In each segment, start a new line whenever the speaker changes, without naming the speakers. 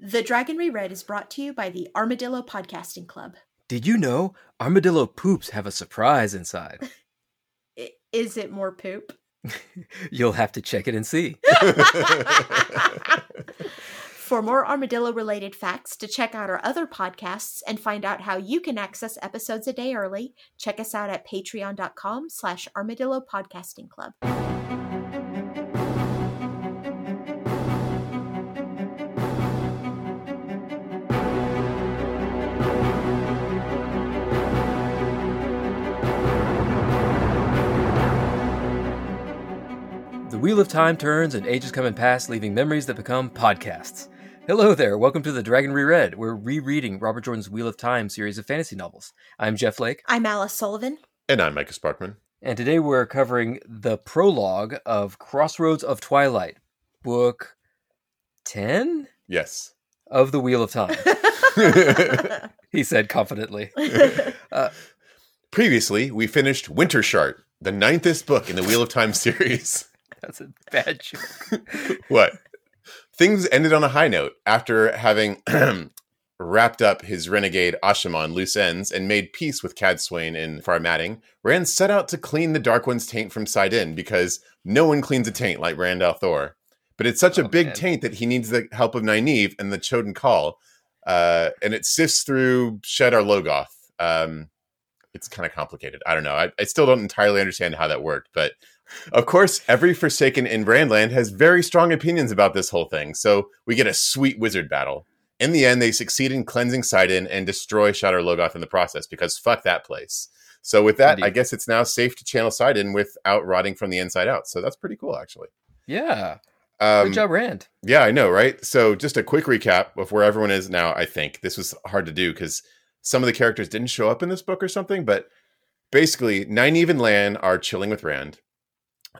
The Dragon Reread is brought to you by the Armadillo Podcasting Club.
Did you know armadillo poops have a surprise inside?
I- Is it more poop?
You'll have to check it and see.
For more armadillo related facts, to check out our other podcasts and find out how you can access episodes a day early, check us out at patreon.com slash armadillo podcasting club.
The wheel of time turns and ages come and pass, leaving memories that become podcasts. Hello there. Welcome to the Dragon Reread. We're rereading Robert Jordan's Wheel of Time series of fantasy novels. I'm Jeff Lake,
I'm Alice Sullivan.
And I'm Micah Sparkman.
and today we're covering the prologue of Crossroads of Twilight, book 10
Yes.
of the Wheel of Time, he said confidently.
Previously, we finished Winter Shart, the ninthest book in the Wheel of Time series.
That's a bad joke.
what? Things ended on a high note after having wrapped up his renegade Ashimon loose ends and made peace with Cadswain in Farmatting. Rand set out to clean the Dark One's taint from Sidin because no one cleans a taint like Randall Thor. But it's such
Oh,
a big
man.
taint that he needs the help of Nynaeve and the Choden Call. Uh, and it sifts through Shedar Logoth. Um, it's kind of complicated. I don't know. I, I still don't entirely understand how that worked, but of course, every Forsaken in Brandland has very strong opinions about this whole thing, so we get a sweet wizard battle. In the end, they succeed in cleansing Sidon and destroy Shatter Logoth in the process because fuck that place. So with that, I
Indeed.
guess it's now safe to channel Sidon without rotting from the inside out. So that's pretty cool, actually.
Yeah. Good
Um,
job, Rand.
yeah, I know, right? So, just a quick recap of where everyone is now. I think this was hard to do because some of the characters didn't show up in this book or something. But basically, Nynaeve and Lan are chilling with Rand.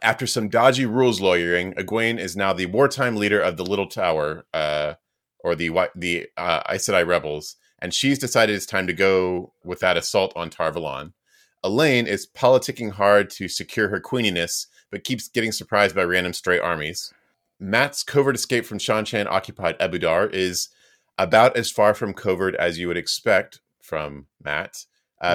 After some dodgy rules lawyering, Egwene is now the wartime leader of the Little Tower, uh, or the Wi- the uh, Aes Sedai rebels, and she's decided it's time to go with that assault on Tarvalon. Elaine is politicking hard to secure her queeniness, but keeps getting surprised by random stray armies. Matt's covert escape from Shanchan occupied Abudar is about as far from covert as you would expect from Matt. Uh,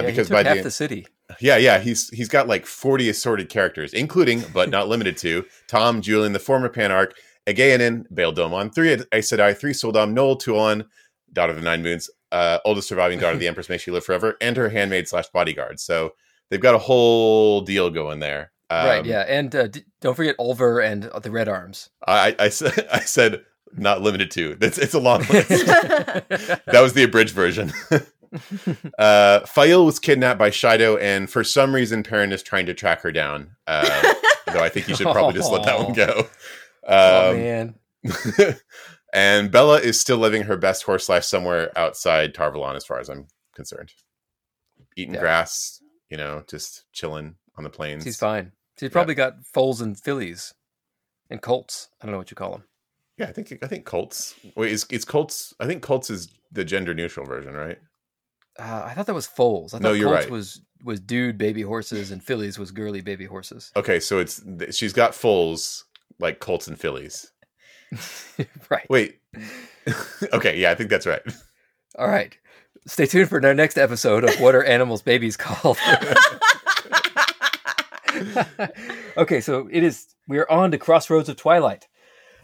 Yeah, he
because
took
by
half
the,
the city.
yeah, yeah, he's he's got like forty assorted characters, including but not limited to Tom, Julian, the former Panarch, Egeanin, Bael Domon, three Aes Sedai, three Soldam, Noel, Tuon, daughter of the Nine Moons, uh, oldest surviving daughter of the Empress, may she live forever, and her handmaid slash bodyguard. So they've got a whole deal going there. Um,
right, yeah. And uh, d- don't forget Ulver and uh, the Red Arms.
I, I, said I said not limited to. That's it's a long list.
yeah,
that was the abridged version. uh, Fael was kidnapped by Shido, and for some reason, Perrin is trying to track her down. Uh, though I think you should probably just let that one go.
oh,
Um,
man.
and Bella is still living her best horse life somewhere outside Tarvalon, as far as I'm concerned. Eating
Yeah.
grass, you know, just chilling on the plains.
She's fine. She's probably got foals and fillies and colts. I don't know what you call them.
Yeah, I think I think Colts. Wait, is is Colts? I think Colts is the gender neutral version, right?
Uh, I thought that was foals. I thought
No, you're
colts
right.
was was dude baby horses and fillies was girly baby horses.
Okay, so it's th- she's got foals like Colts and fillies.
right.
Wait. okay, yeah, I think that's right.
All right. Stay tuned for our next episode of What Are Animals Babies Called? okay, so it is. We are on to Crossroads of Twilight.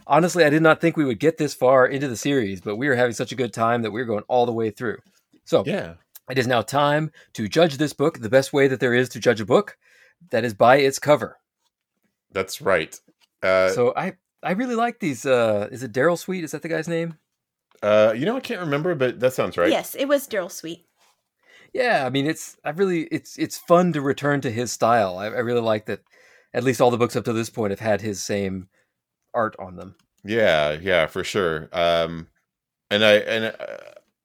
Honestly, I did not think we would get this far into the series, but we are having such a good time that we're going all the way through. So
Yeah.
it is now time to judge this book the best way that there is to judge a book that is by its cover.
That's right. Uh,
so I I really like these. Uh, is it Daryl Sweet? Is that the guy's name?
uh, you know, I can't remember, but that sounds right.
Yes, it was Daryl Sweet.
Yeah, I mean it's I really it's it's fun to return to his style. I, I really like that. At least all the books up to this point have had his same art on them.
Yeah, yeah, for sure. Um, and I and uh,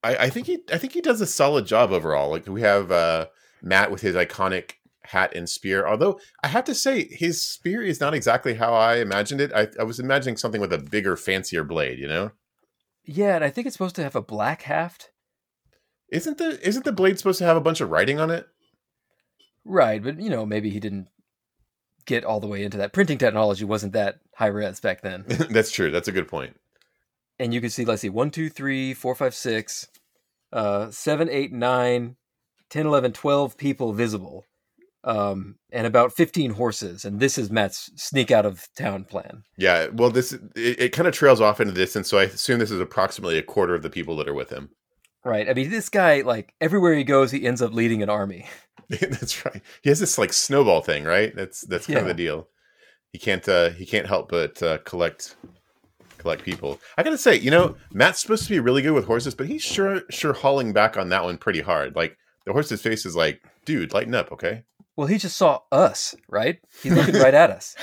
I, I think he I think he does a solid job overall. Like we have uh, Matt with his iconic hat and spear. Although I have to say, his spear is not exactly how I imagined it. I, I was imagining something with a bigger, fancier blade. You know,
Yeah, and I think it's supposed to have a black haft.
isn't the isn't the blade supposed to have a bunch of writing on it?
Right, but you know, maybe he didn't get all the way into that. Printing technology wasn't that high res back then.
That's true. That's a good point.
and you can see, let's see, 1, 2, 3, 4, 5, 6, uh, 7, 8, 9, 10, 11, 12 people visible, um, and about 15 horses. And this is Matt's sneak out of town plan.
Yeah. Well, this it, it kind of trails off into this, and so I assume this is approximately a quarter of the people that are with him.
Right. I mean, this guy, like, everywhere he goes, he ends up leading an army.
that's right. He has this like snowball thing, right? That's that's kind of
Yeah.
the deal. He can't uh, he can't help but uh, collect collect people. I gotta say, you know, Matt's supposed to be really good with horses, but he's sure sure hauling back on that one pretty hard. Like the horse's face is like, dude, lighten up, okay?
Well, he just saw us, right? He's looking right at us.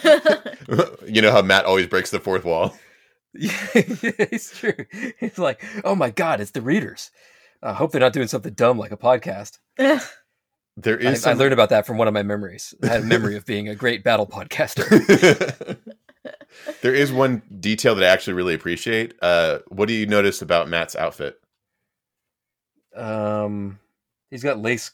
you know how Matt always breaks the fourth wall.
Yeah, it's true. He's like, oh my God, it's the readers. I hope they're not doing something dumb like a podcast.
There
I,
is
I
some-
learned about that from one of my memories. I had a memory of being a great battle podcaster.
there is one detail that I actually really appreciate. Uh, what do you notice about Matt's outfit?
Um, he's got lace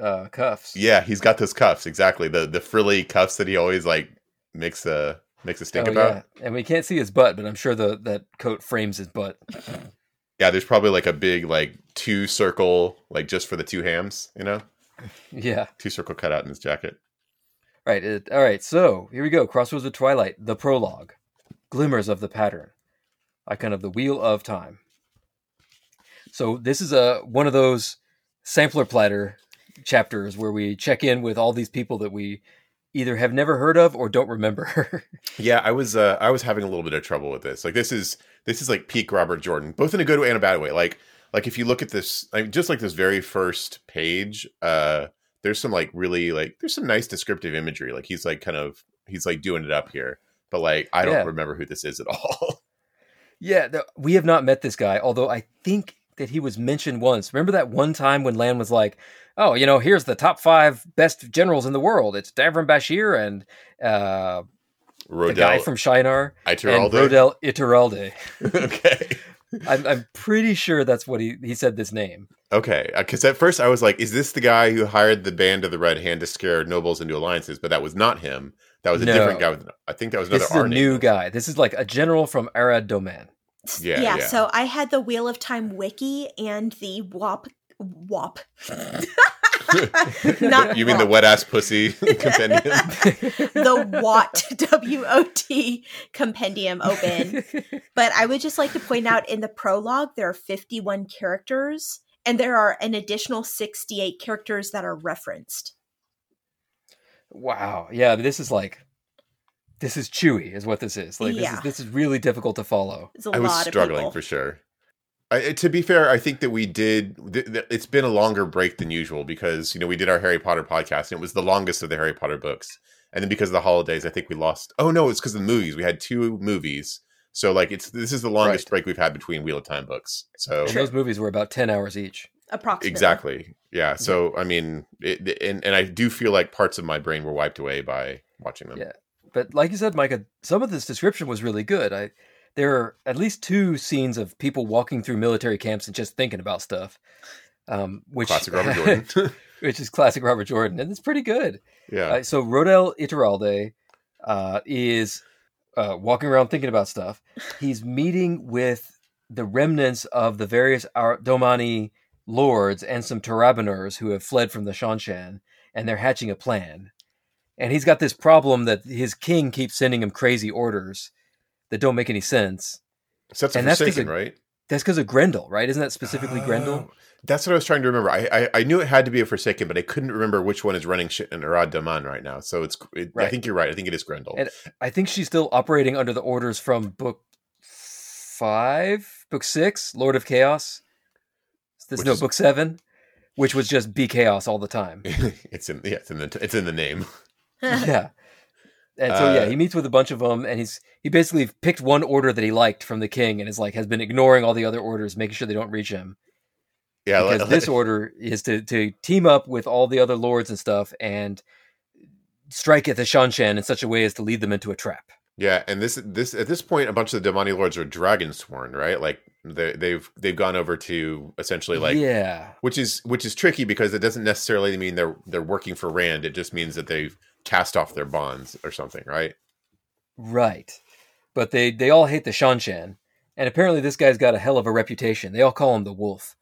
uh, cuffs.
Yeah, he's got those cuffs exactly the the frilly cuffs that he always like makes a makes a stink
Oh,
about. Yeah.
yeah. And we can't see his butt, but I'm sure the that coat frames his butt.
there's probably like a big like two circle like just for the two hams, you know,
Yeah.
two circle cutout in his jacket.
Right. It, all right. So here we go. Crossroads of Twilight, the prologue, glimmers of the pattern, icon of the wheel of time. So this is a one of those sampler platter chapters where we check in with all these people that we either have never heard of or don't remember.
Yeah, I was uh, I was having a little bit of trouble with this. Like this is this is like peak Robert Jordan, both in a good way and a bad way. Like like if you look at this, like just like this very first page, uh, there's some like really like there's some nice descriptive imagery. Like he's like kind of he's like doing it up here, but like I don't
Yeah.
remember who this is at all.
Yeah, the, we have not met this guy, although I think that he was mentioned once. Remember that one time when Lan was like, "Oh, you know, here's the top five best generals in the world. It's Davran Bashir and uh, the guy
Rodell,
from Shinar
I
and
Rodell.
Rodel Iturralde."
okay,
I'm, I'm pretty sure that's what he he said this name.
okay. Because at first I was like, is this the guy who hired the band of the Red Hand to scare nobles into alliances? But that was not him. That was a
No.
different guy. With, I think that was another
this is a
R name.
new guy. This is like a general from Arad Domain.
Yeah, yeah.
So I had the Wheel of Time wiki and the WAP WAP. Not
you mean the
WAP.
wet ass pussy compendium?
the WOT W O T compendium open. But I would just like to point out in the prologue there are 51 characters and there are an additional 68 characters that are referenced.
Wow. Yeah, this is like this is chewy is what this is. Like
Yeah.
this is this is really difficult to follow.
It's a
I
lot
was
of
struggling
people.
for sure. I, to be fair, I think that we did. Th- th- it's been a longer break than usual because you know we did our Harry Potter podcast and it was the longest of the Harry Potter books, and then because of the holidays, I think we lost. Oh no, it's because of the movies. We had two movies, so like it's this is the longest
Right.
break we've had between Wheel of Time books. So
And those movies were about 10 hours each.
Approximately.
exactly, yeah. So I mean, it, and and I do feel like parts of my brain were wiped away by watching them.
Yeah. But like you said, Micah, some of this description was really good. I there are at least two scenes of people walking through military camps and just thinking about stuff. Um, which
Classic Robert Jordan.
which is classic Robert Jordan, and it's pretty good.
yeah.
Uh, so Rodel Iturralde uh, is uh, walking around thinking about stuff. He's meeting with the remnants of the various Ar- Domani lords and some Tarabiners who have fled from the Shanshan, and they're hatching a plan. And he's got this problem that his king keeps sending him crazy orders that don't make any sense.
So that's a
And that's 'cause
forsaken,
it-
right?
That's because of Grendel, right? Isn't that specifically Grendel?
Oh, That's what I was trying to remember. I, I I knew it had to be a Forsaken, but I couldn't remember which one is running shit in Arad Daman right now. So it's it, I
Right.
think you're right. I think it is Grendel.
And- I think she's still operating under the orders from book five, book six, Lord of Chaos. There's
Which
no
is-
book seven, which was just be chaos all the time.
it's in yeah, it's in the it's in the name.
yeah. And so yeah,
Uh,
he meets with a bunch of them, and he's he basically picked one order that he liked from the king, and is like has been ignoring all the other orders, making sure they don't reach him.
Yeah,
because
like-
this order is to to team up with all the other lords and stuff, and strike at the Shanshan in such a way as to lead them into a trap.
yeah, and this this at this point, a bunch of the Demani lords are dragon sworn, right? Like they, they've they've gone over to essentially like
yeah,
which is which is tricky because it doesn't necessarily mean they're they're working for Rand. It just means that they've cast off their bonds or something, right?
Right. But they they all hate the Shanshan And apparently, this guy's got a hell of a reputation. They all call him the Wolf.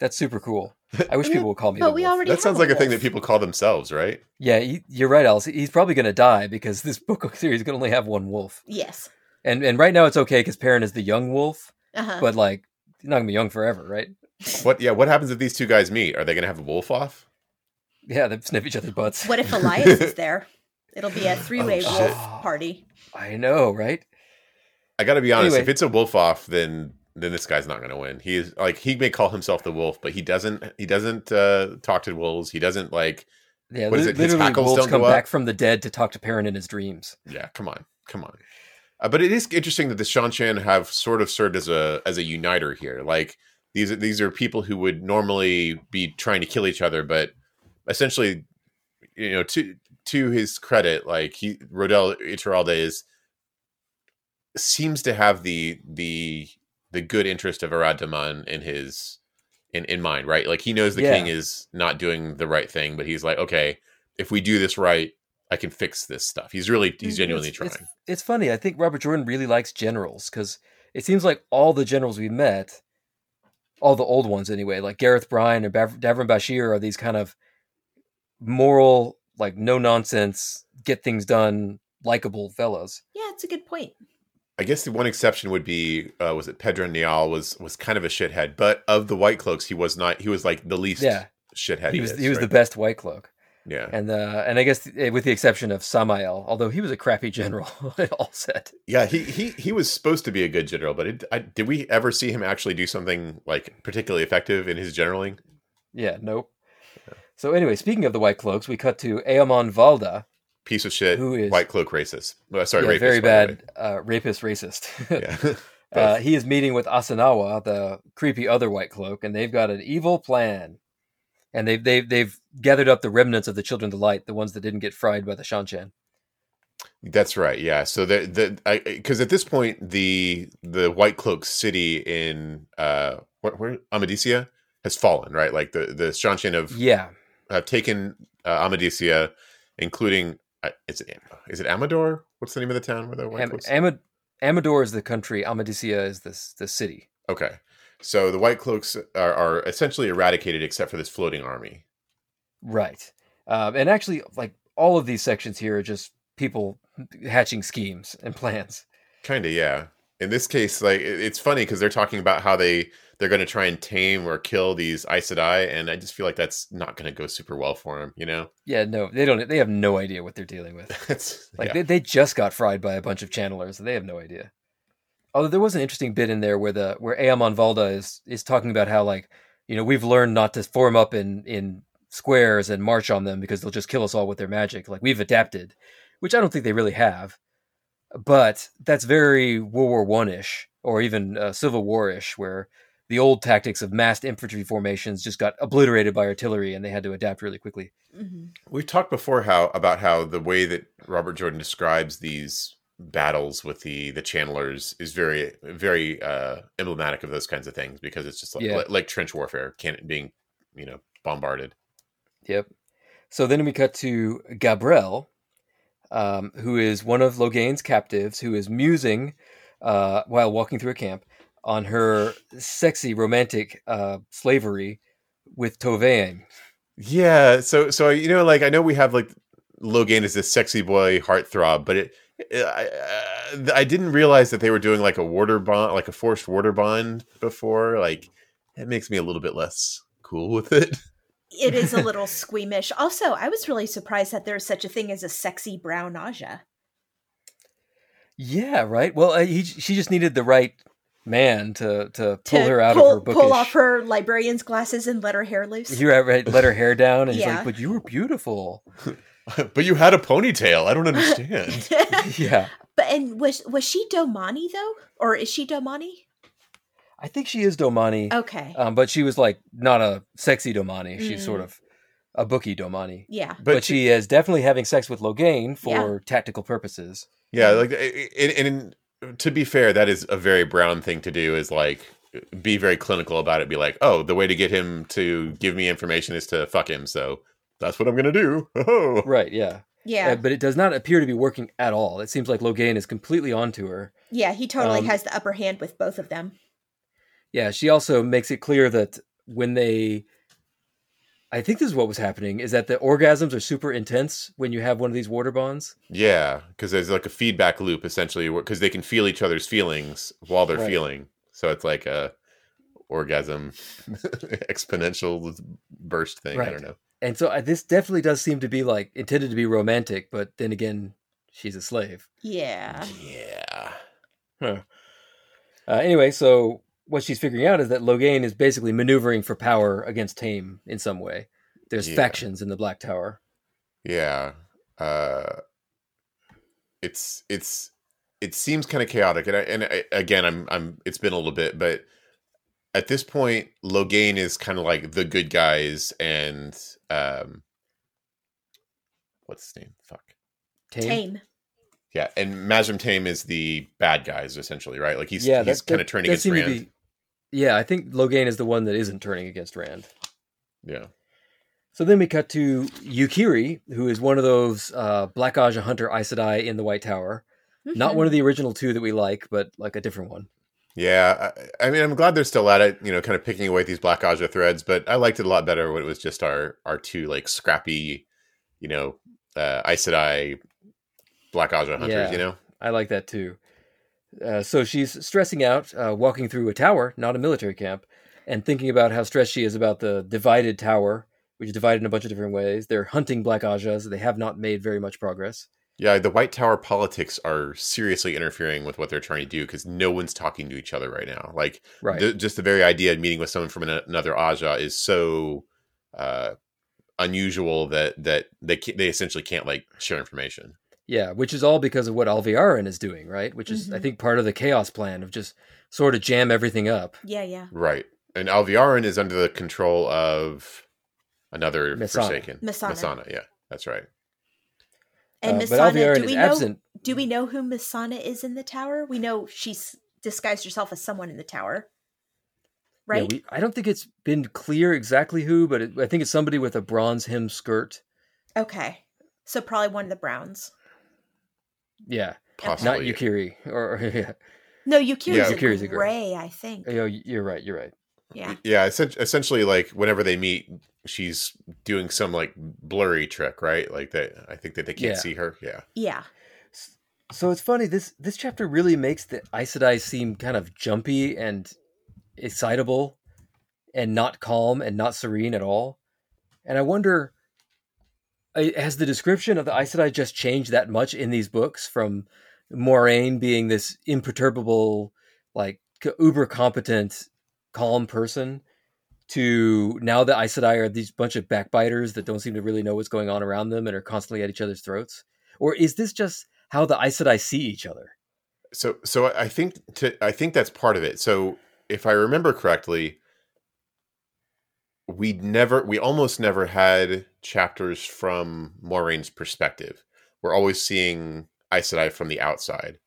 That's super cool. I wish people would call me.
But
the
we
Wolf.
already
That sounds
have
like a thing that
wolf.
people call themselves, right?
Yeah, he, you're right, Alice. He's probably going to die because this book series can only have one wolf.
Yes.
And and right now it's okay because Perrin is the young wolf,
Uh-huh.
but like he's not going to be young forever, right?
What? Yeah. What happens if these two guys meet? Are they going to have a wolf off?
Yeah, they sniff each other's butts.
what if Elias is there? It'll be a three-way
Oh,
wolf
shit.
party.
I know, right?
I got to be honest.
Anyway.
If it's a wolf off, then then this guy's not going to win. He is like he may call himself the wolf, but he doesn't. He doesn't uh, talk to wolves. He doesn't like.
Yeah,
What is
li-
it, his
literally
hackles
wolves
don't
come
go up?
back from the dead to talk to Perrin in his dreams.
Yeah. Come on. Come on. Uh, but it is interesting that the Shanshan have sort of served as a as a uniter here. Like these are- these are people who would normally be trying to kill each other, but essentially, you know, to to his credit, like he Rodel Iturralde is seems to have the the the good interest of Arad Daman in his in in mind, right? Like he knows the
Yeah.
king is not doing the right thing, but he's like, okay, if we do this right, I can fix this stuff. He's really he's
Mhm.
genuinely trying.
It's, it's funny. I think Robert Jordan really likes generals because it seems like all the generals we met, all the old ones anyway, like Gareth Bryan or Bav- Davron Bashir, are these kind of moral, like no nonsense, get things done, likable fellows.
Yeah, it's a good point.
I guess the one exception would be uh, was it Pedro Nial was was kind of a shithead, but of the White Cloaks, he was not. He was like the least
Yeah,
shithead.
he was
is,
he was
right?
the best White Cloak,
yeah
and uh, and I guess eh, with the exception of Samael, although he was a crappy general, all said.
yeah he he he was supposed to be a good general, but it, I, did we ever see him actually do something like particularly effective in his generaling?
Yeah, nope. So anyway, speaking of the White Cloaks, we cut to Eamon Valda,
Piece of shit,
Who is-
Eh, White Cloak racist? Uh, sorry,
yeah,
rapist,
very
by the
bad uh, rapist, racist.
way. Yeah.
uh, he is meeting with Asanawa, the creepy other White Cloak, and they've got an evil plan. And they've they've they've gathered up the remnants of the Children of the Light, the ones that didn't get fried by the Shanchan.
That's right. Yeah. So the the because at this point the the White Cloak city in uh where, where Amadicia has fallen, right? Like the the Shanshan of
Yeah,
have taken uh, Amadicia, including uh, is it is it Amador? What's the name of the town where the White
Am-
Cloaks?
Amad- Amador is the country, Amadisia is this the city.
okay, so the White Cloaks are, are essentially eradicated except for this floating army.
Right. Um, and actually, like all of these sections here are just people hatching schemes and plans.
Kind of, yeah. In this case, like it- it's funny because they're talking about how they they're going to try and tame or kill these Aes Sedai, and I just feel like that's not going to go super well for them. You know,
Yeah, no, they don't. They have no idea what they're dealing with.
it's
Like
yeah.
they, they just got fried by a bunch of channelers. They have no idea. Although there was an interesting bit in there where the where Aamon Valda is is talking about how like you know we've learned not to form up in in squares and march on them because they'll just kill us all with their magic. Like we've adapted, which I don't think they really have. But that's very World War One ish or even uh, Civil War ish, where the old tactics of massed infantry formations just got obliterated by artillery and they had to adapt really quickly.
Mhm.
We've talked before how about how the way that Robert Jordan describes these battles with the the channelers is very very uh emblematic of those kinds of things because it's just like
Yeah.
like, like trench warfare can being you know bombarded
Yep. So then we cut to Gabrielle, um, who is one of Loghain's captives, who is musing uh, while walking through a camp on her sexy romantic uh, slavery with Tovain.
yeah so so you know like i know we have like logan is this sexy boy heartthrob but it I, uh, I- I didn't realize that they were doing like a water bond like a forced water bond before like that makes me a little bit less cool with it
It is a little squeamish. Also, I was really surprised that there's such a thing as a sexy brown nausea.
Yeah, right. Well, uh, he, she just needed the right man to
To
to pull her out
pull,
of her bookish.
pull off her librarian's glasses and let her hair loose.
you right, let her hair down, and he's
Yeah.
like, "But you were beautiful."
but you had a ponytail i don't understand
but
yeah,
and was was she Domani though, or is she Domani?
I think she is Domani.
Okay,
Um, but she was like not a sexy Domani. She's sort
Mm.
of a bookie Domani.
yeah,
But, she is definitely having sex with Loghain for
Yeah.
tactical purposes.
Yeah, like eh, and, and and to be fair, that is a very brown thing to do. Is like be very clinical about it. Be like, oh, the way to get him to give me information is to fuck him. So that's what I'm gonna do. Oh,
Right, yeah.
Yeah.
Uh, but it does not appear to be working at all. It seems like Logain is completely onto her.
yeah, he totally
um,
has the upper hand with both of them.
Yeah, she also makes it clear that when they I think this is what was happening is that the orgasms are super intense when you have one of these water bonds.
Yeah, because there's like a feedback loop essentially, because they can feel each other's feelings while they're
Right.
feeling. So it's like a orgasm exponential burst thing. I
Right.
don't know.
And so I, this definitely does seem to be like intended to be romantic, but then again, she's a slave.
Yeah.
Yeah.
Uh, anyway, so what she's figuring out is that Logain is basically maneuvering for power against Tame in some way. There's
Yeah.
factions in the Black Tower.
Yeah. Uh it's it's it seems kind of chaotic and I, and I, again I'm I'm it's been a little bit but at this point Logain is kind of like the good guys and um what's his name? Fuck.
Tame.
Tame.
Yeah, and Mazrim Tame is the bad guys essentially, right? Like he's
yeah,
he's
that- that-
kind of turning
that
against
seemed to
Rand.
be- yeah, I think Logain is the one that isn't turning against Rand.
Yeah.
So then we cut to Yukiri, who is one of those uh, Black Aja Hunter Aes Sedai in the White Tower. Not
Mhm.
one of the original two that we like, but like a different one.
Yeah, I, I mean, I'm glad they're still at it, you know, kind of picking away at these Black Aja threads, but I liked it a lot better when it was just our our two like scrappy, you know, uh, Aes Sedai Black Aja hunters,
Yeah.
you know.
I like that too. Uh, so she's stressing out, uh, walking through a tower, not a military camp, and thinking about how stressed she is about the divided tower, which is divided in a bunch of different ways. They're hunting Black Ajas. They have not made very much progress.
Yeah, the White Tower politics are seriously interfering with what they're trying to do because no one's talking to each other right now. Like,
Right.
the, just the very idea of meeting with someone from an, another Aja is so uh, unusual that that they ca- they essentially can't like share information.
yeah, which is all because of what Alviarin is doing, right? Which is, I
Mhm.
think, part of the chaos plan of just sort of jam everything up.
Yeah, yeah.
Right. And Alviarin is under the control of another
Messana.
Forsaken.
Messana.
Messana, yeah. That's right.
And
Uh,
Missana,
but Alviarin
do
is
we know
absent.
do we know who Missana is in the tower? We know she's disguised herself as someone in the tower.
Yeah,
Right?
we, I don't think it's been clear exactly who, but it, I think it's somebody with a bronze hem skirt.
okay. So probably one of the Browns.
Yeah, not
Possibly.
Yukiri. Or, yeah.
No, Yukiri's
Yeah,
a
Yukiri's a
gray, I think.
Oh, You're right. You're right.
Yeah.
yeah, essen- essentially like whenever they meet, she's doing some like blurry trick, right? Like that I think that they can't
Yeah.
see her. Yeah.
Yeah.
So it's funny this this chapter really makes the Aes Sedai seem kind of jumpy and excitable and not calm and not serene at all. And I wonder I- has the description of the Aes Sedai just changed that much in these books from Moraine being this imperturbable like c- uber competent calm person to now the Aes Sedai are these bunch of backbiters that don't seem to really know what's going on around them and are constantly at each other's throats? Or is this just how the Aes Sedai see each other.
So so I I think to I think that's part of it. So if I remember correctly, we never we almost never had chapters from Maureen's perspective. We're always seeing Aes Sedai from the outside.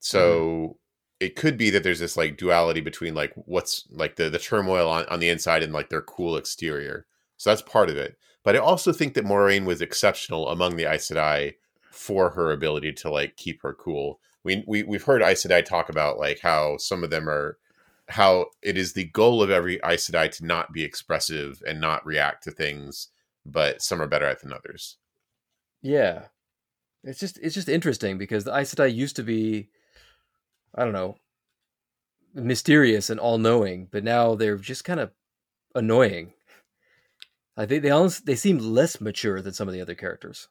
So it could be that there's this like duality between like what's like the the turmoil on, on the inside and like their cool exterior. So that's part of it. But I also think that Moraine was exceptional among the Aes Sedai for her ability to like keep her cool. We, we we've heard Aes Sedai talk about like how some of them are how it is the goal of every Aes Sedai to not be expressive and not react to things, but some are better at than others.
Yeah, it's just it's just interesting because the Aes Sedai used to be, I don't know, mysterious and all knowing, but now they're just kind of annoying. I think they almost they seem less mature than some of the other characters.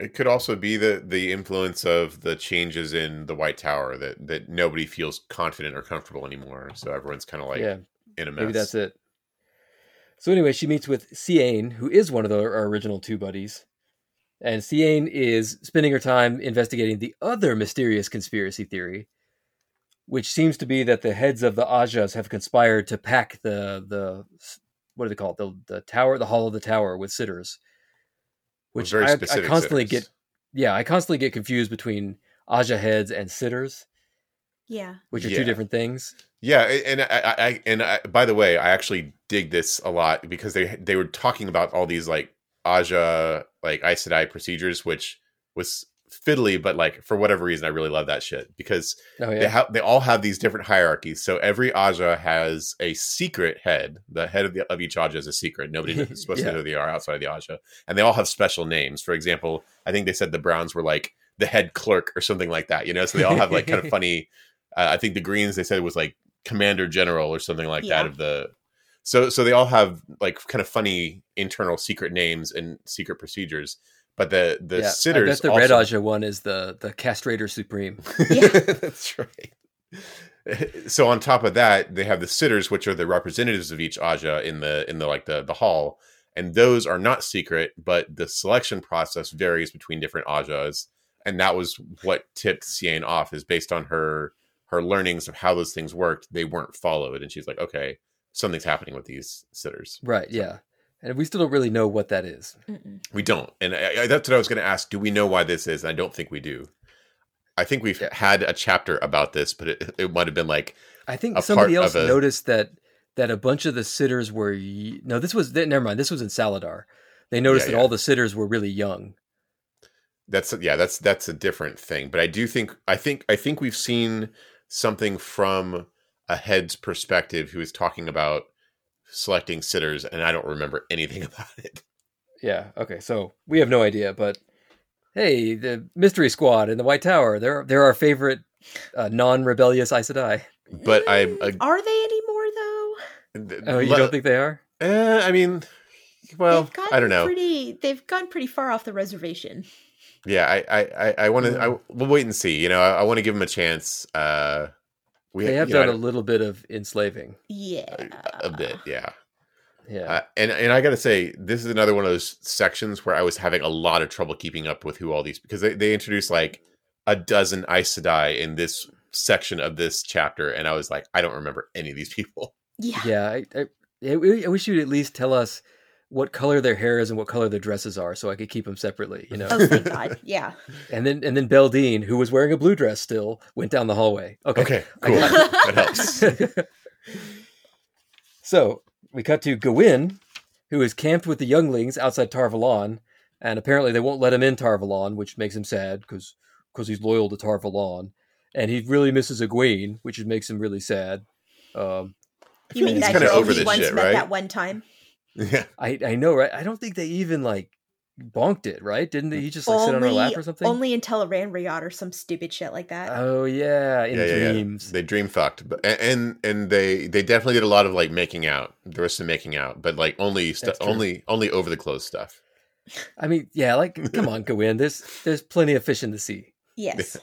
It could also be the the influence of the changes in the White Tower that that nobody feels confident or comfortable anymore. So everyone's kind of like
yeah,
in a mess.
maybe that's it. So anyway, she meets with Ciane, who is one of the, our original two buddies, and Ciane is spending her time investigating the other mysterious conspiracy theory, which seems to be that the heads of the Ajas have conspired to pack the the what do they call it the the tower the hall of the tower with sitters,
With
which I, I constantly
sitters.
get yeah I constantly get confused between Aja heads and sitters,
Yeah.
which are
Yeah.
two different things.
Yeah, a- and I, I I- and I, by the way, I actually dig this a lot because they they were talking about all these like Aja like Aes Sedai procedures, which was fiddly, but like for whatever reason, I really love that shit because
Oh
they
yeah.
have they all have these different hierarchies. So every Aja has a secret head. The head of the of each Aja is a secret. Nobody knows- is supposed
Yeah.
to know who they are outside of the Aja, and they all have special names. For example, I think they said the Browns were like the head clerk or something like that. You know, so they all have like kind of funny. Uh, I think the Greens they said was like commander general or something like that
Yeah.
of the. So so they all have like kind of funny internal secret names and secret procedures. But the the
yeah. I
sitters
bet the Red
also-
Aja one is the the castrator supreme.
Yeah.
That's right. So on top of that, they have the sitters, which are the representatives of each Aja in the in the like the the hall, and those are not secret, but the selection process varies between different Ajas, and that was what tipped Cian off is based on her her learnings of how those things worked. They weren't followed, and she's like, okay, something's happening with these sitters.
Right. Yeah. And we still don't really know what that is.
Mm-mm.
We don't, and I, I, that's what I was going to ask. Do we know why this is? And I don't think we do. I think we've
Yeah.
had a chapter about this, but it, it might have been like
I think
a
somebody
part
else
of a-
noticed that that a bunch of the sitters were y- no. This was never mind. This was in Saladar. They noticed
Yeah,
that
yeah.
all the sitters were really young.
that's yeah that's that's a different thing but i do think i think i think we've seen something from a head's perspective who is talking about selecting sitters and i don't remember anything about it
Yeah. Okay. So we have no idea, but hey, the Mystery Squad and the White Tower, they're they're our favorite uh, non-rebellious Aes Sedai.
but i'm
Mm,
a,
Are they anymore though?
Oh, you don't think they are?
Eh, i mean well
They've gotten
i don't know
Pretty, they've gone pretty far off the reservation.
yeah i i i, I want to
Yeah.
i
Mm.
we'll wait and see you know i, I want to give them a chance uh we
They have
you know, I
done a little bit of enslaving.
Yeah,
don't- a bit yeah
Yeah.
Uh, and and I gotta say, this is another one of those sections where I was having a lot of trouble keeping up with who all these because they, they introduced like a dozen Aes Sedai in this section of this chapter, and I was like, I don't remember any of these people.
Yeah.
yeah. I, I, I w- I wish you'd at least tell us what color their hair is and what color their dresses are, so I could keep them separately. You know.
Oh, thank God. Yeah.
and then and then Beldine, who was wearing a blue dress, still went down the hallway. Okay.
Okay,
I
cool.
got it.
that helps.
so we cut to Gawain, who is camped with the younglings outside Tarvalon, and apparently they won't let him in Tarvalon, which makes him sad because he's loyal to Tarvalon, and he really misses Egwene, which makes him really sad. Um,
You mean
He's
that
kinda
girl
over
he
this
once
shit,
met
right?
that one time?
yeah,
I I know, right? I don't think they even like bonked it, right? Didn't they? He just like sit on her lap or something.
Mm, only until a ran riot or some stupid shit like that.
oh yeah, in
Yeah, yeah, yeah.
dreams.
they dream fucked, but a- and and they they definitely did a lot of like making out. There was some making out, but like only stu-
That's true.
only only over the clothes stuff.
I mean, yeah, like come on, Gawain. There's there's plenty of fish in the sea.
yes.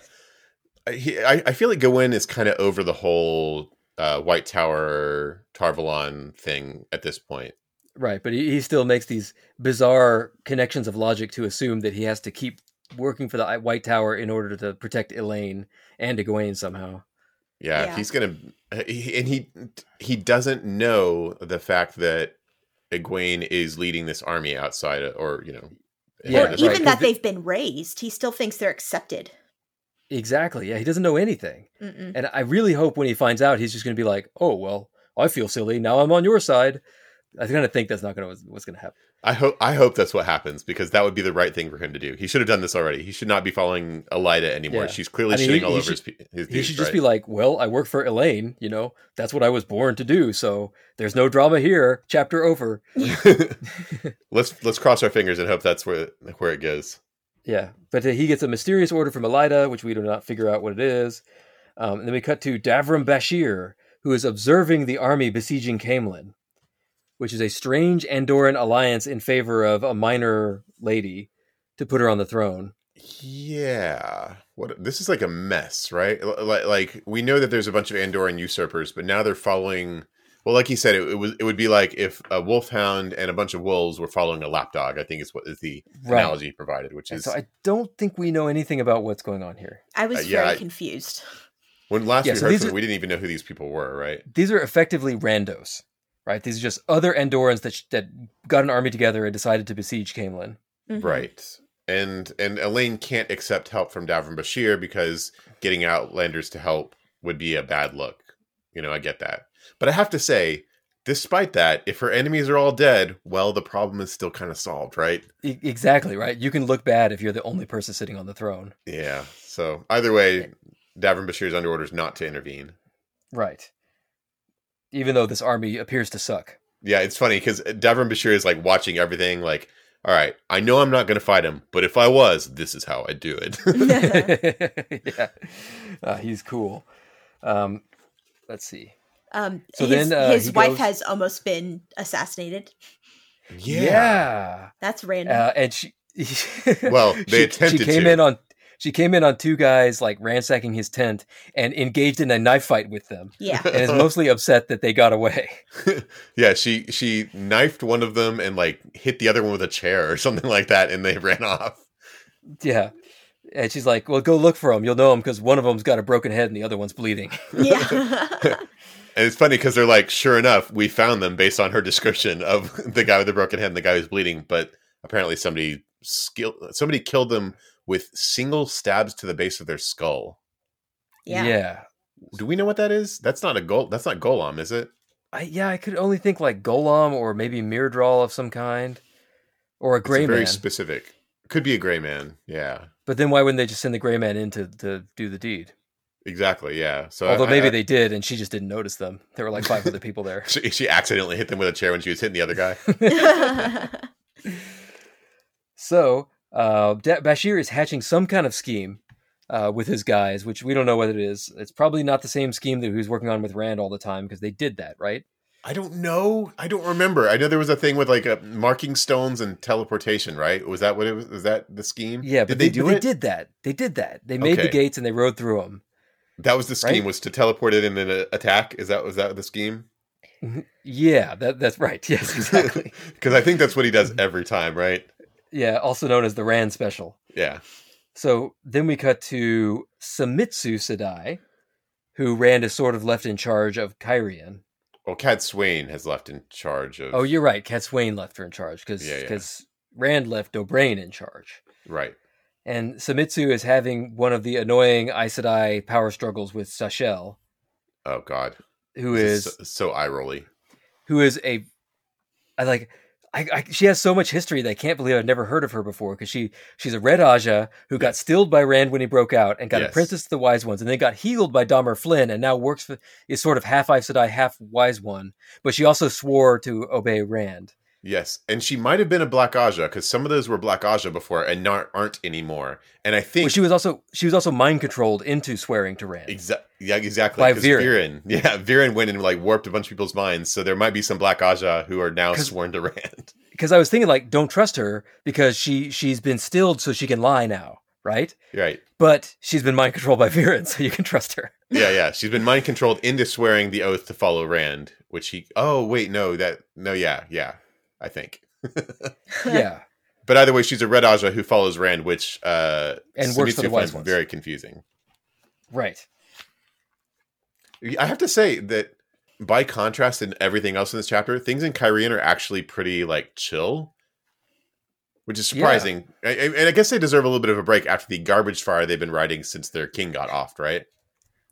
I, he, I, I feel like Gawain is kind of over the whole uh, White Tower Tarvalon thing at this point.
Right, but he, he still makes these bizarre connections of logic to assume that he has to keep working for the I- White Tower in order to protect Elaine and Egwene somehow.
Yeah,
Yeah.
he's gonna, he- and he he doesn't know the fact that Egwene is leading this army outside, of, or you know,
Yeah,
or
that's
even
right.
that
'Cause the-
they've been raised, he still thinks they're accepted.
Exactly. Yeah, he doesn't know anything.
Mm-mm.
And I really hope when he finds out, he's just going to be like, "Oh well, I feel silly now. I'm on your side." I kind of think that's not going to what's going to happen.
I hope I hope that's what happens because that would be the right thing for him to do. He should have done this already. He should not be following Elida anymore.
Yeah.
She's clearly
I mean,
shitting
he-
all
he
over his
should-
his. his
He
dudes,
should just
right?
be like, "Well, I work for Elaine. You know, that's what I was born to do. So there's no drama here. Chapter over."
let's let's cross our fingers and hope that's where where it goes.
Yeah, but uh, he gets a mysterious order from Elida, which we do not figure out what it is. Um, and then we cut to Davram Bashir, who is observing the army besieging Camelin, which is a strange Andoran alliance in favor of a minor lady to put her on the throne.
Yeah. What this is like a mess, right? Like like we know that there's a bunch of Andorran usurpers, but now they're following well, like he said, it, it was it would be like if a wolfhound and a bunch of wolves were following a lapdog. I think is what is the analogy he provided, which
And
is
so I don't think we know anything about what's going on here.
I was
Uh, yeah,
very
I-
confused.
when last
Yeah,
we
so
heard
these
from,
are-
we didn't even know who these people were, right?
These are effectively randos, right? These are just other Andorans that, sh- that got an army together and decided to besiege Camelin.
Mhm.
Right. And and Elaine can't accept help from Davin Bashir because getting Outlanders to help would be a bad look. You know, I get that. But I have to say, Despite that, if her enemies are all dead, well, the problem is still kind of solved, right?
E- exactly right. You can look bad if you're the only person sitting on the throne.
Yeah. So either way, Davin Bashir's under orders not to intervene.
Right. Even though this army appears to suck.
Yeah, it's funny because Davin Bashir is like watching everything. Like, all right, I know I'm not going to fight him, but if I was, this is how I do it.
yeah. Uh, he's cool. Um, let's see.
Um,
So
his,
then, uh,
his
he
wife
goes-
has almost been assassinated.
Yeah.
That's random.
Uh, and she.
Well, they
she,
attempted
she came
to.
in on she came in on two guys like ransacking his tent and engaged in a knife fight with them
yeah.
and is mostly upset that they got away.
Yeah, she she knifed one of them and like hit the other one with a chair or something like that, and they ran off.
Yeah. And she's like, "Well, go look for him. You'll know him because one of them's got a broken head and the other one's bleeding."
Yeah.
And it's funny because they're like, sure enough, we found them based on her description of the guy with the broken head and the guy who's bleeding, but apparently somebody skill somebody killed them with single stabs to the base of their skull.
yeah.
yeah.
Do we know what that is? That's not a goal. That's not Golem, is it?
I, yeah, I could only think like Golem or maybe Mirdrawl of some kind, or a
It's
Gray
very
Man.
specific. Could be a gray man. Yeah,
but then why wouldn't they just send the Gray Man in to, to do the deed?
exactly. Yeah. So
Although
Uh, I-
maybe
I-
they did, and she just didn't notice them. There were like five other people there.
she, she accidentally hit them with a chair when she was hitting the other guy.
So uh, Da- Bashir is hatching some kind of scheme uh, with his guys, which we don't know what it is. It's probably not the same scheme that he was working on with Rand all the time because they did that, right?
I don't know. I don't remember. I know there was a thing with like uh marking stones and teleportation, right? Was that what it was? Was that the scheme?
Yeah,
did
but
they,
they,
do
but
it?
They did that. They did that. They made the
Okay.
gates and they rode through them.
That was the scheme
Right?
was to teleport it and then uh, attack. Is that was that the scheme?
Yeah, that, that's right. Yes, exactly.
Because I think that's what he does
Mm-hmm.
every time, right?
yeah, also known as the Rand special.
Yeah.
So then we cut to Samitsu Sadai, who Rand is sort of left in charge of Kyrian.
Well, Cat Swain has left in charge of.
Oh, you're right. Cat Swain left her in charge because
Yeah, yeah.
Rand left Dobrain in charge.
right.
And Samitsu is having one of the annoying Aes Sedai power struggles with Sachel,
Oh God,
who
This
is
so, so eye rolly?
who is a I like I, I she has so much history that I can't believe I've never heard of her before because she she's a red Aja who got
Yes.
stilled by Rand when he broke out and got
Yes.
apprenticed to the wise ones and then got healed by Dahmer Flynn and now works for is sort of half Aes Sedai, half wise one, but she also swore to obey Rand.
Yes, and she might have been a Black Aja because some of those were Black Aja before and not aren't anymore. And I think
Well, she was also she was also mind controlled into swearing to Rand.
Exa- yeah, exactly.
By
'cause
Viren.
Viren. Yeah, Viren went and like warped a bunch of people's minds. So there might be some Black Aja who are now
'Cause-
sworn to Rand.
Because I was thinking like, don't trust her because she she's been stilled so she can lie now, right?
right.
But she's been mind controlled by Viren, so you can trust her.
Yeah, yeah. She's been mind controlled into swearing the oath to follow Rand, which he. Oh, wait, no, that. No, yeah, yeah, I think.
yeah.
But either way, she's a Red Aja who follows Rand, which. uh
And works for
Zenitsu
the Wise
finds
Ones.
Very confusing.
Right.
I have to say that by contrast in everything else in this chapter, things in Kyrian are actually pretty like chill, which is
Yeah.
surprising. I, I- and I guess they deserve a little bit of a break after the garbage fire they've been riding since their king got offed, right?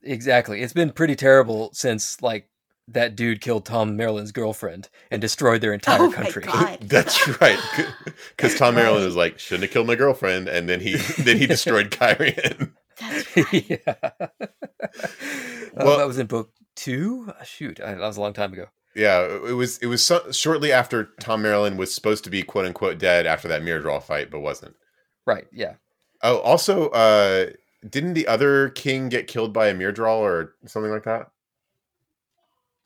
Exactly. It's been pretty terrible since like that dude killed Tom Maryland's girlfriend and destroyed their entire
Oh my
country.
God.
That's right, because Tom Maryland
Right.
was like, "Shouldn't have killed my girlfriend," and then he then he destroyed Kyrian.
That's right.
yeah.
Well-
well, that was in book two. Uh, Shoot, I, that was a long time ago.
Yeah, it it was it was so, shortly after Tom Maryland was supposed to be quote unquote dead after that mirror draw fight, but wasn't.
Right. Yeah.
Oh, also, uh, didn't the other king get killed by a Mirdrawl or something like that?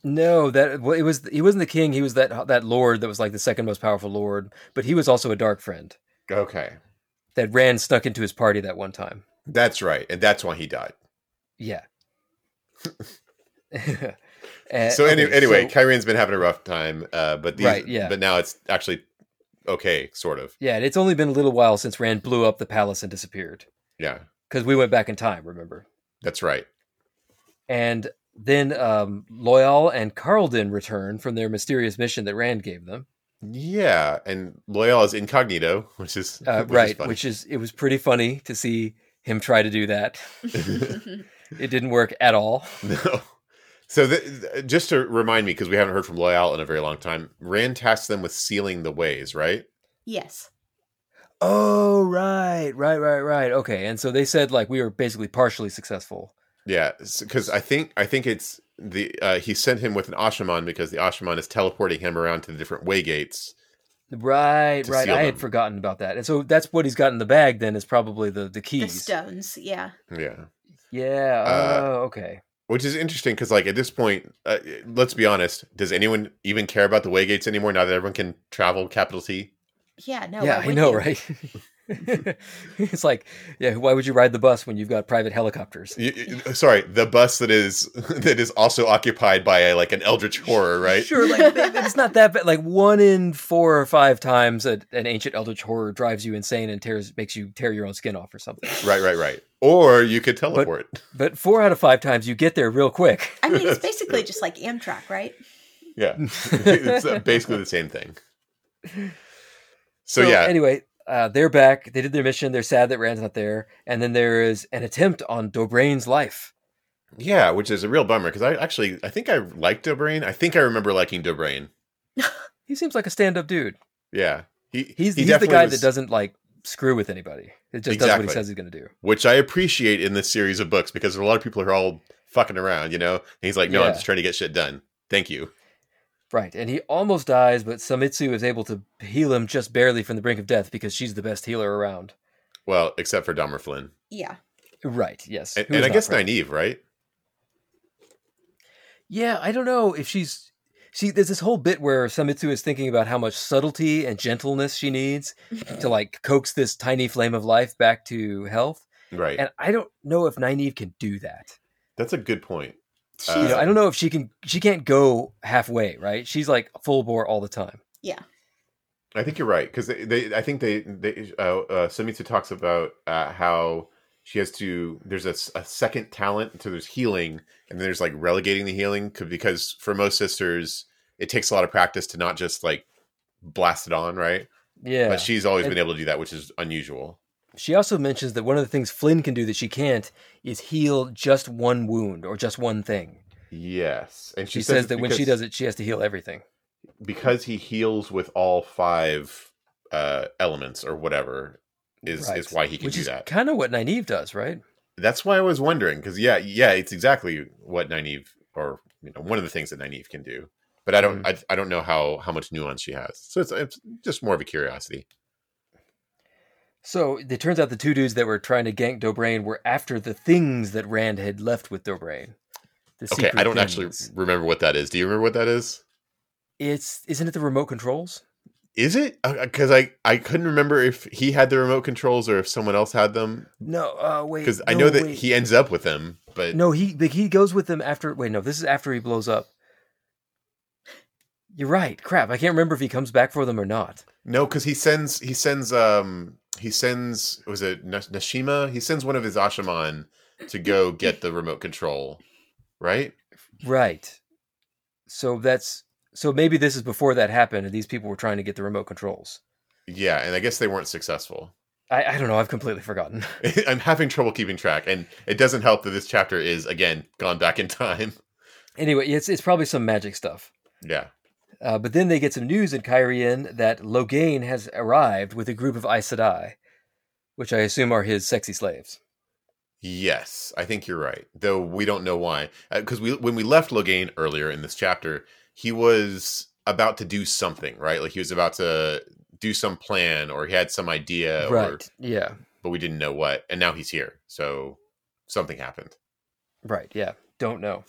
No, that well, it was. He wasn't the king. He was that that lord that was like the second most powerful lord. But he was also a dark friend
Okay,
that ran snuck into his party that one time.
that's right, and that's why he died.
Yeah.
so any,
anyway,
anyway, Kyrian's been having a rough time, uh, but these,
Eh, Right, yeah.
but now it's actually okay, sort of.
yeah, and it's only been a little while since Rand blew up the palace and disappeared
Yeah,
because we went back in time. Remember.
that's right.
And then um, Loyal and Carlden return from their mysterious mission that Rand gave them.
Yeah, and Loyal is incognito, which is
Uh,
which is
right,
funny.
which is it was pretty funny to see him try to do that. It didn't work at all.
no. So, th- th- just to remind me, because we haven't heard from Loyal in a very long time, Rand tasked them with sealing the ways, right?
Yes.
Oh, right, right, right, right. Okay, and so they said like we were basically partially successful.
Yeah, because I think I think it's the uh, he sent him with an Ashaman because the Ashaman is teleporting him around to the different way gates.
Right,
To
right.
seal
I had
them.
forgotten about that, and so that's what he's got in the bag. Then is probably the the
The
keys.
stones. Yeah.
Yeah,
Yeah.
Uh,
oh, okay.
which is interesting because like at this point, uh, let's be honest, does anyone even care about the way gates anymore now that everyone can travel? Capital T.
Yeah. No.
yeah,
why
I
would
know,
you?
right? it's like, yeah, why would you ride the bus when you've got private helicopters?
Y- y- Sorry, the bus that is that is also occupied by a, like an eldritch horror, right?
Sure, like th- it's not that bad. Like one in four or five times, a, an ancient eldritch horror drives you insane and tears makes you tear your own skin off or something.
Right, right, right. Or you could teleport.
But four out of five times, you get there real quick.
I mean, it's basically just like Amtrak, right?
yeah, it's uh, basically the same thing. So, yeah,
Anyway, uh, they're back. They did their mission. They're sad that Rand's not there. And then there is an attempt on Dobrain's life.
yeah, which is a real bummer because I actually I think I liked Dobrain. I think I remember liking Dobrain.
He seems like a stand-up dude.
Yeah, he
He's,
he
he's the
definitely
guy
was-
that doesn't like screw with anybody. It just does what
Exactly.
he says he's going to do.
which I appreciate in this series of books because there are a lot of people who are all fucking around, you know. And he's like, no,
Yeah.
I'm just trying to get shit done. Thank you.
Right, and he almost dies, but Samitsu is able to heal him just barely from the brink of death because she's the best healer around.
Well, except for Dahmer Flynn,
Yeah.
Right, yes.
and,
Who
and
is
I
not
guess
proud?
naive, right?
Yeah, I don't know if she's. See, there's this whole bit where Samitsu is thinking about how much subtlety and gentleness she needs to like coax this tiny flame of life back to health,
Right.
and I don't know if Nynaeve can do that.
That's a good point.
She's,
You know,
Uh,
I don't know if she can. She can't go halfway, right? She's like full bore all the time.
I think you're right because they, they, I think they, they uh, uh, Sumitsu talks about uh, how she has to. There's a, s- a second talent, so there's healing, and then there's like relegating the healing 'cause- because for most sisters, it takes a lot of practice to not just like blast it on, right?
Yeah,
But she's always
And-
been able to do that, which is unusual.
She also mentions that one of the things Flynn can do that she can't is heal just one wound or just one thing.
Yes, and
She, says, that when she does it, she has to heal everything.
because he heals with all five uh, elements or whatever is
Right.
is why he can
Which
do
is
that.
kind of what Nynaeve does, right?
That's why I was wondering because yeah, yeah, it's exactly what Nynaeve or you know one of the things that Nynaeve can do, but I
Mm.
don't I, I don't know how how much nuance she has. So it's, it's just more of a curiosity.
So it turns out the two dudes that were trying to gank Dobrain were after the things that Rand had left with Dobrain. The
Okay,
secret
I don't actually
things.
remember what that is. Do you remember what that is?
It's isn't it the remote controls?
Is it because I I couldn't remember if he had the remote controls or if someone else had them
No, uh, wait.
because I
no,
know that
wait.
he ends up with them, but
No, he like, he goes with them after. Wait, no, this is after he blows up. You're right. Crap, I can't remember if he comes back for them or not.
No, because he sends he sends um he sends was it Nash- Nashima? He sends one of his Ashaman to go get the remote control, right?
Right. So that's so maybe this is before that happened, and these people were trying to get the remote controls.
Yeah, and I guess they weren't successful.
I, I don't know. I've completely forgotten.
I'm having trouble keeping track, and it doesn't help that this chapter is again gone back in time.
anyway, it's it's probably some magic stuff.
Yeah,
Uh, but then they get some news in Kyrian that Loghain has arrived with a group of Aes Sedai, which I assume are his sexy slaves.
yes, I think you're right. Though we don't know why, because we when we left Loghain earlier in this chapter, he was about to do something, right? Like he was about to do some plan, or he had some idea, or
right. Yeah.
but we didn't know what. And now he's here. So something happened.
Right. Yeah. Don't know.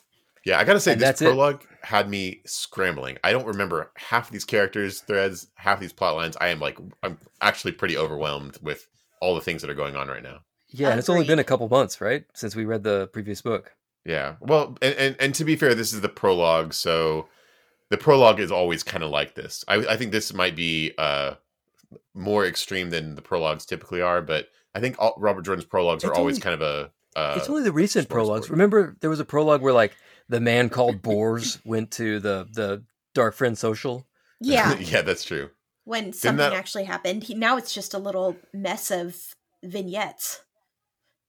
Yeah, I gotta say
And
this
that's it.
prologue had me scrambling. I don't remember half these characters, threads, half these plot lines. I am like I'm actually pretty overwhelmed with all the things that are going on right now.
Yeah, and it's only been
Agreed.
a couple months, right, since we read the previous book.
Yeah. Well, and and, and to be fair, this is the prologue, so the prologue is always kind of like this. I I think this might be uh more extreme than the prologues typically are, but I think all, Robert Jordan's prologues are
It's
always
only-
kind of a uh,
it's only the recent
source
prologues.
board.
Remember, there was a prologue where like the man called Boars went to the the Dark Friend Social.
Yeah.
yeah, that's true.
When something
that-
actually happened. He, now it's just a little mess of vignettes.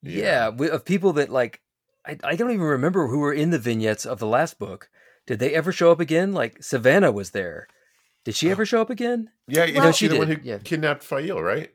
Yeah.
Yeah, wi- of people that like I, I don't even remember who were in the vignettes of the last book. Did they ever show up again? Like Savannah was there. Did she ever show up again?
Yeah, you
Well-
know,
She
she the
did,
one who
yeah.
kidnapped Fail, right?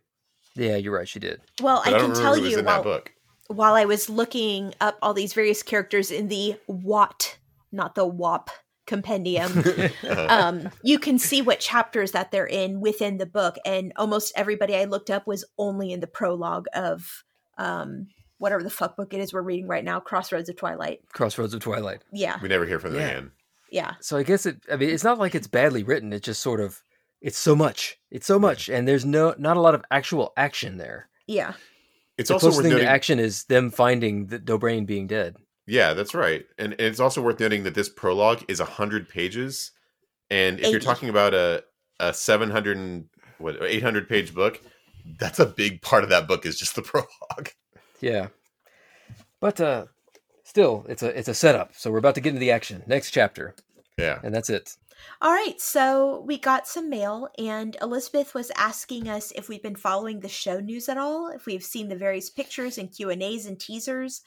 Yeah, you're right. She did.
Well,
But
I,
don't
can
remember
tell
who was
you
in that
while,
book.
while I was looking up all these various characters in the Watt, not the WAP compendium,
Uh,
um, you can see what chapters that they're in within the book. And almost everybody I looked up was only in the prologue of um, whatever the fuck book it is we're reading right now Crossroads of Twilight.
Crossroads of Twilight.
Yeah,
we never hear from them
Yeah.
again.
yeah.
So I guess it. I mean, it's not like it's badly written. It's just sort of. It's so much. It's so much, and there's no not a lot of actual action there.
Yeah.
It's
the
also
closest
worth
thing
noting.
to action is them finding that Dobrain being dead.
yeah, that's right. And, and it's also worth noting that this prologue is hundred pages, and if you're
80.
talking about a a seven hundred and what eight hundred page book, that's a big part of that book is just the prologue.
Yeah, but uh, still, it's a it's a setup. So we're about to get into the action. Next chapter,
Yeah,
and that's it.
All right, so we got some mail, and Elizabeth was asking us if we've been following the show news at all, if we've seen the various pictures and Q and A's and teasers.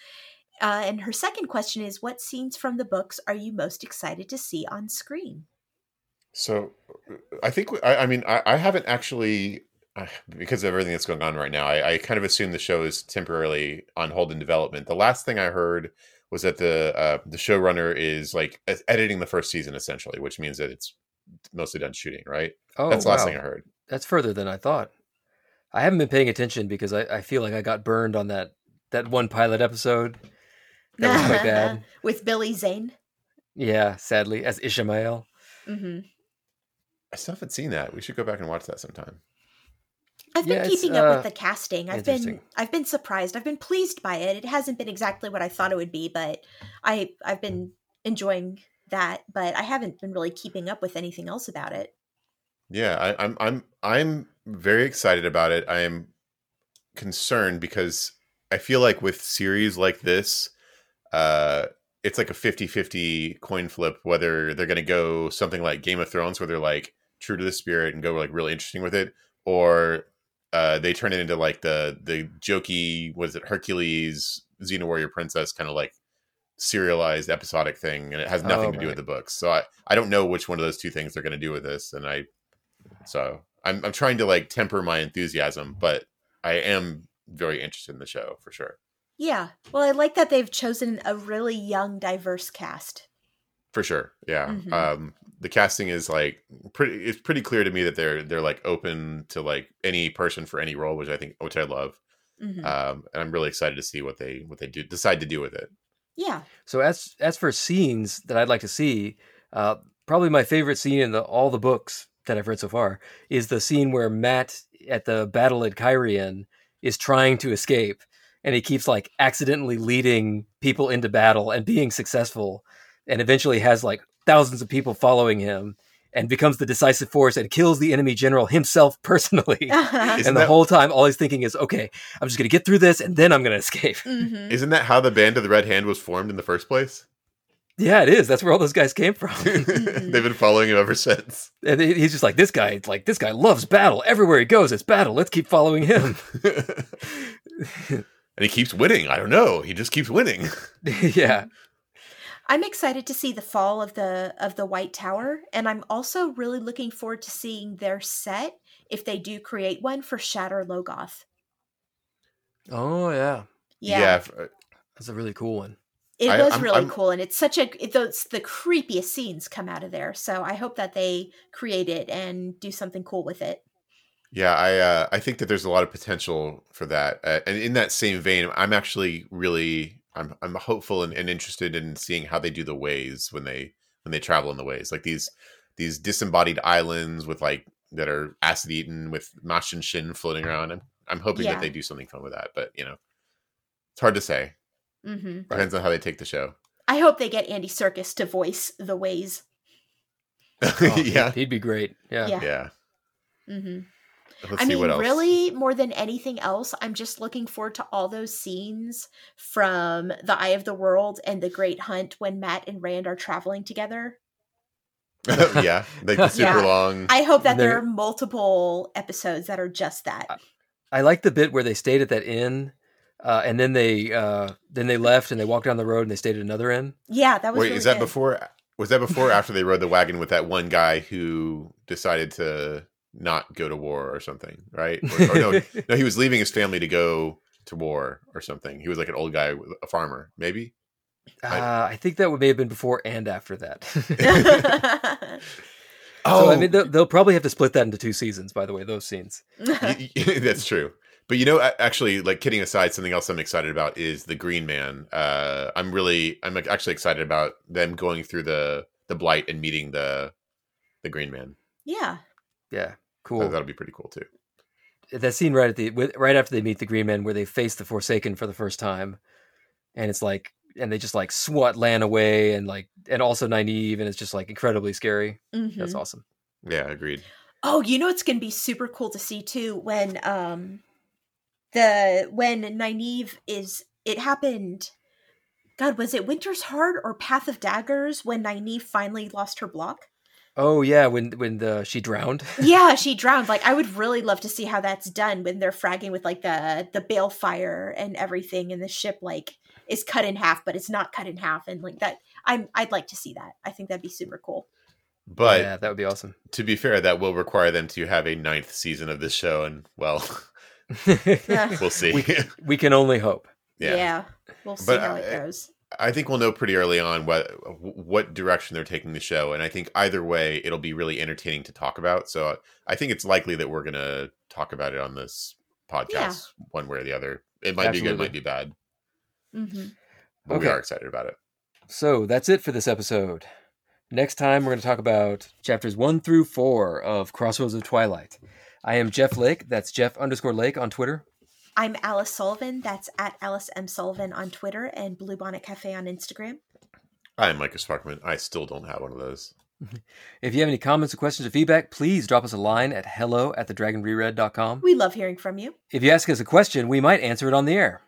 Uh, and her second question is, what scenes from the books are you most excited to see on screen?
So, uh, I think we- I, I mean I, I haven't actually uh, because of everything that's going on right now. I, I kind of assume the show is temporarily on hold in development. The last thing I heard was that the uh, the showrunner is like e- editing the first season essentially, which means that it's mostly done shooting. Right?
Oh,
that's the last
wow.
thing I heard.
That's further than I thought. I haven't been paying attention because I, I feel like I got burned on that that one pilot episode. That was quite bad.
With Billy Zane.
Yeah, sadly, as Ishmael.
hmm
I still haven't seen that. We should go back and watch that sometime.
I've been
Yeah, it's,
keeping up
uh,
with the casting. I've been
interesting.
I've been surprised. I've been pleased by it. It hasn't been exactly what I thought it would be, but I I've been enjoying that. But I haven't been really keeping up with anything else about it.
Yeah, I, I'm I'm I'm very excited about it. I am concerned because I feel like with series like this, uh, it's like a 50-50 coin flip whether they're going to go something like Game of Thrones, where they're like true to the spirit and go like really interesting with it, or uh, they turn it into like the the jokey was it Hercules, Xena Warrior Princess kind of like serialized episodic thing, and it has nothing
Oh,
to do
right.
with the books. So I I don't know which one of those two things they're going to do with this, and I so I'm I'm trying to like temper my enthusiasm, but I am very interested in the show for sure.
Yeah. Well, I like that they've chosen a really young, diverse cast.
For sure. Yeah.
Mhm.
Um the casting is like pretty it's pretty clear to me that they're they're like open to like any person for any role, which I think which I love.
Mhm.
Uh,
Um and I'm really excited to see what they what they do decide to do with it.
yeah.
So as as for scenes that I'd like to see, uh, probably my favorite scene in the, all the books that I've read so far is the scene where Matt at the battle at Kyrian is trying to escape, and he keeps like accidentally leading people into battle and being successful, and eventually has like thousands of people following him and becomes the decisive force and kills the enemy general himself personally.
Isn't
and the
that-
whole time, all he's thinking is, "Okay, I'm just going to get through this, and then I'm going to escape."
Mhm.
Isn't that how the band of the red hand was formed in the first place?
Yeah, it is. That's where all those guys came from.
They've been following him ever since.
And he- he's just like this guy. Like this guy loves battle. Everywhere he goes, it's battle. Let's keep following him.
and he keeps winning. I don't know. He just keeps winning.
yeah,
I'm excited to see the fall of the of the White Tower, and I'm also really looking forward to seeing their set if they do create one for Shatter Logoth.
Oh yeah,
Yeah.
f- uh,
that's a really cool one.
It
I-
was
I'm-
really
I'm-
cool, and it's such a it, those the creepiest scenes come out of there. So I hope that they create it and do something cool with it.
Yeah, I uh, I think that there's a lot of potential for that, uh, and in that same vein, I'm actually really I'm I'm hopeful and, and interested in seeing how they do the ways when they when they travel in the ways like these these disembodied islands with like that are acid eaten with Mash and Shin floating around. I'm I'm hoping
Yeah.
that they do something fun with that, but you know, it's hard to say.
hmm
Depends on how they take the show.
I hope they get Andy Circus to voice the ways.
Oh, he'd-
yeah,
he'd, be great. Yeah.
Yeah.
yeah.
hmm
Let's
I
see
mean,
what else.
really, more than anything else, I'm just looking forward to all those scenes from The Eye of the World and The Great Hunt when Matt and Rand are traveling together.
yeah, like the super
Yeah.
long.
I hope that there,
There-
are
Uh,
multiple episodes that are just that.
I like the bit where they stayed at that inn Uh, and then they uh, then they left and they walked down the road and they stayed at another inn.
Yeah, that was.
Wait,
really
is that
good.
before? Was that before or after they rode the wagon with that one guy who decided to not go to war or something? Right? Or, or no, no, he was leaving his family to go to war or something. He was like an old guy, a farmer, maybe.
Uh, I think that would may have been before and after that.
Oh,
so I mean, they'll, they'll probably have to split that into two seasons. By the way, those scenes.
Y- y- that's true. But you know, a- actually, like kidding aside, something else I'm excited about is the Green Man. Uh, I'm really, I'm like, actually excited about them going through the the blight and meeting the the Green Man.
yeah.
Yeah,
I
cool.
think That'll be pretty cool too.
that scene right at the with, right after they meet the Green Men, where they face the Forsaken for the first time, and it's like, and they just like swat Lan away, and like, and also naive, and it's just like incredibly scary.
Mhm.
That's awesome.
Yeah, agreed.
Oh, you know it's gonna be super cool to see too when um the when Nynaeve is it happened God, was it Winter's Heart or Path of Daggers when Nynaeve finally lost her block?
Oh yeah, when when the she drowned.
Yeah, she drowned. Like I would really love to see how that's done when they're fragging with like the the bale fire and everything and the ship like is cut in half, but it's not cut in half and like that I'm I'd like to see that. I think that'd be super cool.
But
yeah, that would be awesome.
to be fair, that will require them to have a ninth season of this show, and well, we'll see.
We- we can only hope.
Yeah.
yeah.
We'll see
But
how
I-
it goes.
I think we'll know pretty early on what what direction they're taking the show, and I think either way, it'll be really entertaining to talk about. So I think it's likely that we're gonna talk about it on this podcast
Yeah.
one way or the other. It might be good,
Absolutely.
might be bad,
hmm
but we
Okay.
are excited about it.
So that's it for this episode. Next time, we're going to talk about chapters one through four of Crossroads of Twilight. I am Jeff Lake. That's Jeff underscore Lake on Twitter.
I'm Alice Sullivan. That's at Alice M. Sullivan on Twitter and Bluebonnet Cafe on Instagram.
I'm Micah Sparkman. I still don't have one of those.
If you have any comments or questions or feedback, please drop us a line at hello at thedragonreread.com.
We love hearing from you.
If you ask us a question, we might answer it on the air.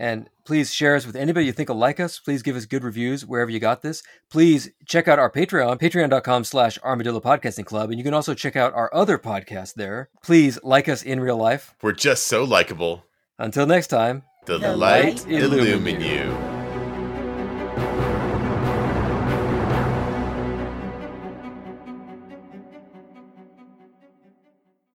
And please share us with anybody you think will like us. Please give us good reviews wherever you got this. Please check out our Patreon, patreon.com slash armadillo podcasting club. And you can also check out our other podcast there. Please like us in real life.
We're just so likable.
Until next time.
The,
The
light,
light
illumine
illumine
you.